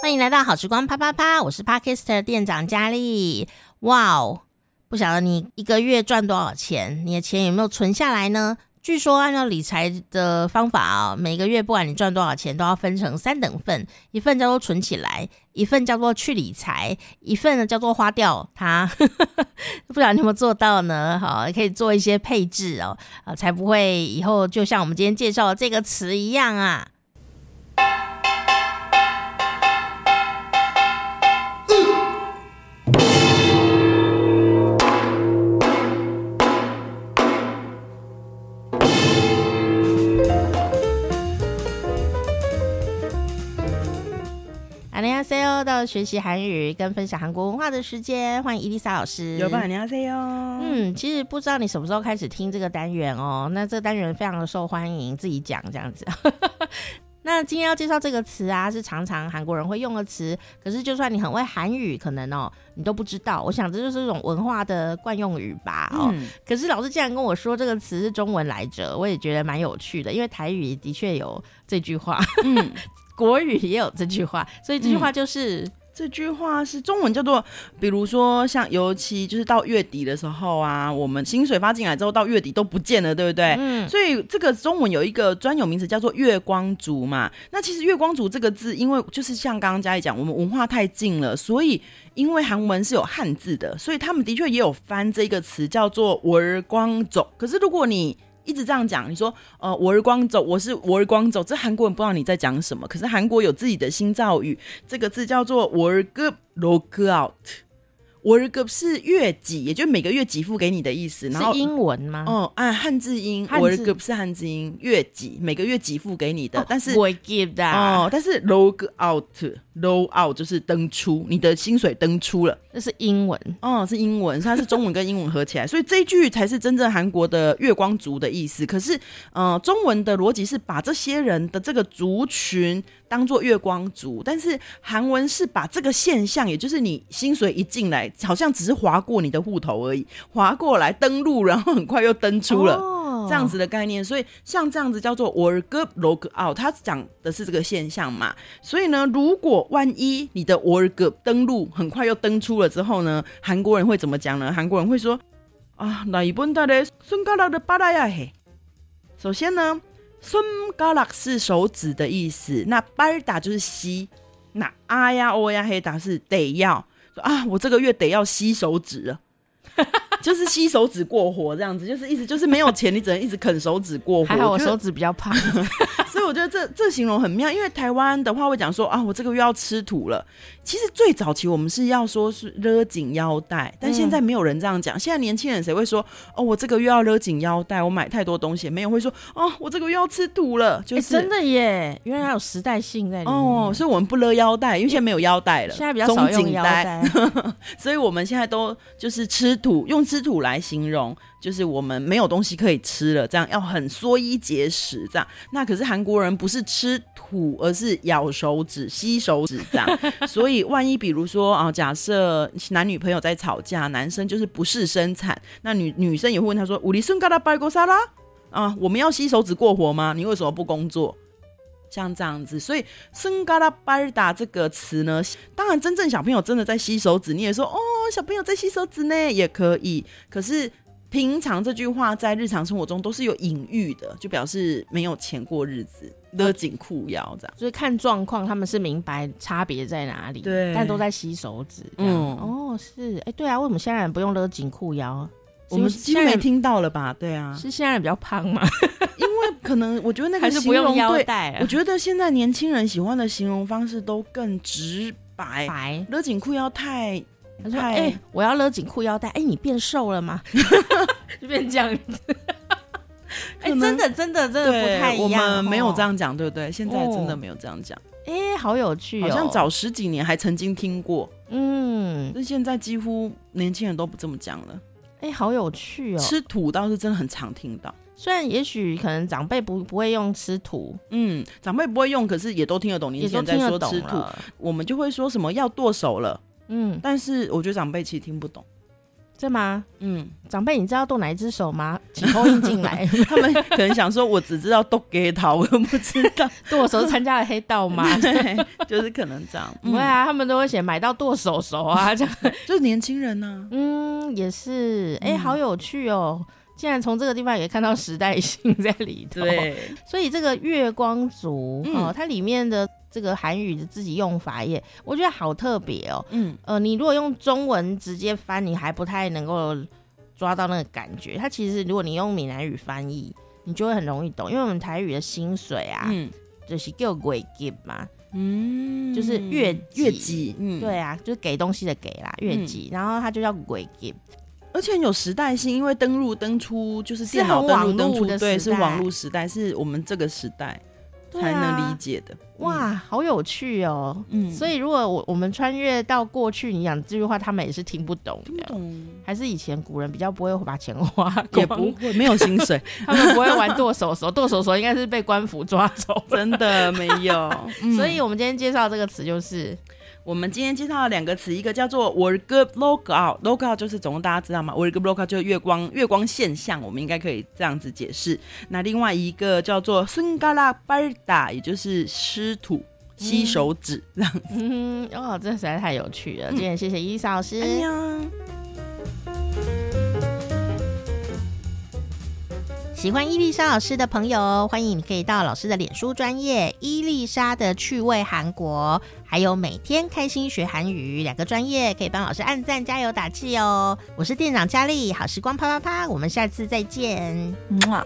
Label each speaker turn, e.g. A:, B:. A: 欢迎来到好时光啪啪啪，我是 Parkister 店长佳丽。哇哦，不晓得你一个月赚多少钱，你的钱有没有存下来呢？据说按照理财的方法啊、每个月不管你赚多少钱，都要分成三等份，一份叫做存起来，一份叫做去理财，一份呢叫做花掉它。 不晓得你有没有做到呢？好，可以做一些配置哦，啊，才不会以后就像我们今天介绍的这个词一样啊。안녕하세요，到了学习韩语跟分享韩国文化的时间，欢迎伊丽莎老师。
B: 有吧？你要 say 哦。
A: 嗯，其实不知道你什么时候开始听这个单元哦。那这个单元非常的受欢迎，自己讲这样子。 那今天要介绍这个词啊，是常常韩国人会用的词。可是就算你很会韩语，可能哦你都不知道。我想这就是一种文化的惯用语吧。哦，
B: 嗯，
A: 可是老师竟然跟我说这个词是中文来着，我也觉得蛮有趣的，因为台语的确有这句话，
B: 嗯，
A: 国语也有这句话，所以这句话就是。
B: 这句话是中文叫做，比如说像，尤其就是到月底的时候啊，我们薪水发进来之后，到月底都不见了，对不对？
A: 嗯
B: 所以这个中文有一个专有名词叫做“月光族”嘛。那其实“月光族”这个字，因为就是像刚刚嘉怡讲，我们文化太近了，所以因为韩文是有汉字的，所以他们的确也有翻这个词叫做“월광族”。可是如果你一直这样讲，你说呃“월광族”，我是“월광族”，这韩国人不知道你在讲什么。可是韩国有自己的新造语，这个字叫做“월급로그아웃”。월급是月给，也就是每个月给付给你的意思。然后
A: 是英文吗？
B: 哦，按汉字音，
A: 汉字
B: 我的个不是汉字音，月给每个月给付给你的，但是。
A: 哦我 give 的啊，
B: 哦，但是 log out，log out 就是登出，你的薪水登出了。
A: 这是英文。
B: 哦，是英文，所以它是中文跟英文合 起来，所以这一句才是真正韩国的月光族的意思。可是，呃，中文的逻辑是把这些人的这个族群当做月光族，但是韩文是把这个现象，也就是你薪水一进来，好像只是划过你的户头而已，划过来登录，然后很快又登出了。
A: 哦
B: 这样子的概念，所以像这样子叫做 work log out，它讲的是这个现象嘛。所以呢，如果万一你的 work 登录很快又登出了之后呢，韩国人会怎么讲呢？韩国人会说啊，那一本的嘞，孙嘎拉的巴拉呀嘿。首先呢，孙嘎拉是手指的意思，那巴尔达就是吸，那啊呀哦呀嘿达是得要，说啊，我这个月得要吸手指了。 就是吸手指过活这样子，就是意思就是没有钱，你只能一直啃手指过活。
A: 还好我
B: 觉得
A: 手指比较胖，
B: 所以我觉得这这形容很妙，因为台湾的话会讲说啊，我这个月要吃土了。其实最早期我们是要说是勒紧腰带，但现在没有人这样讲。现在年轻人谁会说哦，我这个月要勒紧腰带，我买太多东西，没有会说哦，我这个月要吃土了，就
A: 哎
B: 是、
A: 真的耶，原来还有时代性在里面。
B: 哦，所以我们不勒腰带，因为现在没有腰带了，
A: 现在比较少
B: 松
A: 用
B: 紧
A: 腰
B: 带，
A: 带，
B: 所以我们现在都就是吃土，用吃土来形容，就是我们没有东西可以吃了，这样要很缩衣节食这样。那可是韩国人不是吃土，而是咬手指、吸手指这样。所以万一比如说啊，假设男女朋友在吵架，男生就是不事生产，那女女生也会问他说：“우리순가라拜고사라啊，我们要吸手指过活吗？你为什么不工作？”像这样子，所以“生嘎拉巴尔达”这个词呢，当然真正小朋友真的在吸手指，你也说哦，小朋友在吸手指呢，也可以。可是平常这句话在日常生活中都是有隐喻的，就表示没有钱过日子，
A: 呃
B: 勒紧裤腰这样。
A: 就是看状况，他们是明白差别在哪里，
B: 对
A: 但都在吸手指。嗯，
B: 嗯
A: 哦，是，哎，对啊，为什么现在人不用勒紧裤腰？啊
B: 我们
A: 是
B: 几
A: 因为
B: 乎没
A: 现在人
B: 听到了吧？对啊，
A: 是现在人比较胖吗？
B: 因为可能我觉得那
A: 还
B: 个
A: 是
B: 形
A: 不
B: 容
A: 用腰
B: 对，
A: 带啊了？
B: 我觉得现在年轻人喜欢的形容方式都更直白，
A: 白。
B: 勒紧裤腰太
A: 他说：“
B: 太
A: 哎、我要勒紧裤腰带。哎、你变瘦了 吗？就变这样子。哎、
B: 可能
A: 真的，真的，真的不
B: 对
A: 太一
B: 我
A: 样。
B: 们没有这
A: 哦。
B: 样讲，对不对？现在真
A: 哦
B: 的没有这样讲，
A: 哎、好有趣
B: 好
A: 哦。
B: 像早十几年还曾经听过，
A: 嗯，
B: 但现在几乎年轻人都不这么讲了。
A: 哎、好有趣哦。
B: 吃土倒是真的很常听到，
A: 虽然也许可能长辈不不会用吃土，
B: 嗯，长辈不会用，可是也都听得懂。年
A: 也
B: 轻
A: 都
B: 人
A: 听
B: 在
A: 得
B: 说
A: 懂
B: 吃土，
A: 了。
B: 我们就会说什么要剁手了，
A: 嗯，
B: 但是我觉得长辈其实听不懂。
A: 对吗？
B: 嗯，
A: 长辈，你知道动哪一只手吗？请后印进 来，
B: 他们可能想说，我只知道都给他，我又不知 道，
A: 剁手参加了黑道吗？
B: 对， 就是可能这样，嗯
A: 不会啊，他们都会写买到剁手手啊，这样。
B: 就是年轻人啊呢、
A: 嗯，也是，哎、
B: 嗯
A: 好有趣哦！竟然从这个地方也看到时代性在里头。，
B: 对，
A: 所以这个月光族、
B: 嗯
A: 哦，它里面的这个韩语的自己用法也，我觉得好特别哦。
B: 嗯，
A: 呃，你如果用中文直接翻，你还不太能够抓到那个感觉。它其实如果你用闽南语翻译，你就会很容易懂，因为我们台语的薪水啊，
B: 嗯
A: 就是叫鬼给嘛，
B: 嗯
A: 就是月季
B: 月季，嗯，
A: 对啊，就是给东西的给啦，月季，然后它就叫鬼给。
B: 而且很有时代性，因为登录登出就是
A: 是
B: 电脑登录
A: 很网
B: 登
A: 络
B: 出，
A: 的
B: 对，
A: 时
B: 是
A: 代
B: 网络时代，是我们这个时代
A: 对
B: 才能
A: 啊
B: 理解的。
A: 哇，好有趣哦！
B: 嗯，嗯，
A: 所
B: 以
A: 以如果我我们穿越到过去，你讲这句话，他们也是听不懂
B: 听不
A: 的。
B: 懂
A: 还是以前古人比较不会把钱花光，
B: 也不会没有薪 水，
A: 他们不会玩剁手手， 剁手手应该是被官府抓走。
B: 真的没 有。嗯
A: 所以我们今天介绍这个词就是
B: 我们今天介绍了两个词，一个叫做 “work logout”，logout 就是总共大家知道吗？work logout 就是月光月光现象，我们应该可以这样子解释。那另外一个叫做 “sungala barda”，也就是湿土、吸手指。
A: 嗯，哦，这实在太有趣了。今天谢谢伊莎老师。
B: 嗯哎呀。
A: 喜欢伊丽莎老师的朋友，欢迎你可以到老师的脸书专业“伊丽莎的趣味韩国”，还有“每天开心学韩语”两个专业，可以帮老师按赞、加油、打气哦。我是店长佳丽，好时光啪啪啪，我们下次再见。
B: 嗯啊。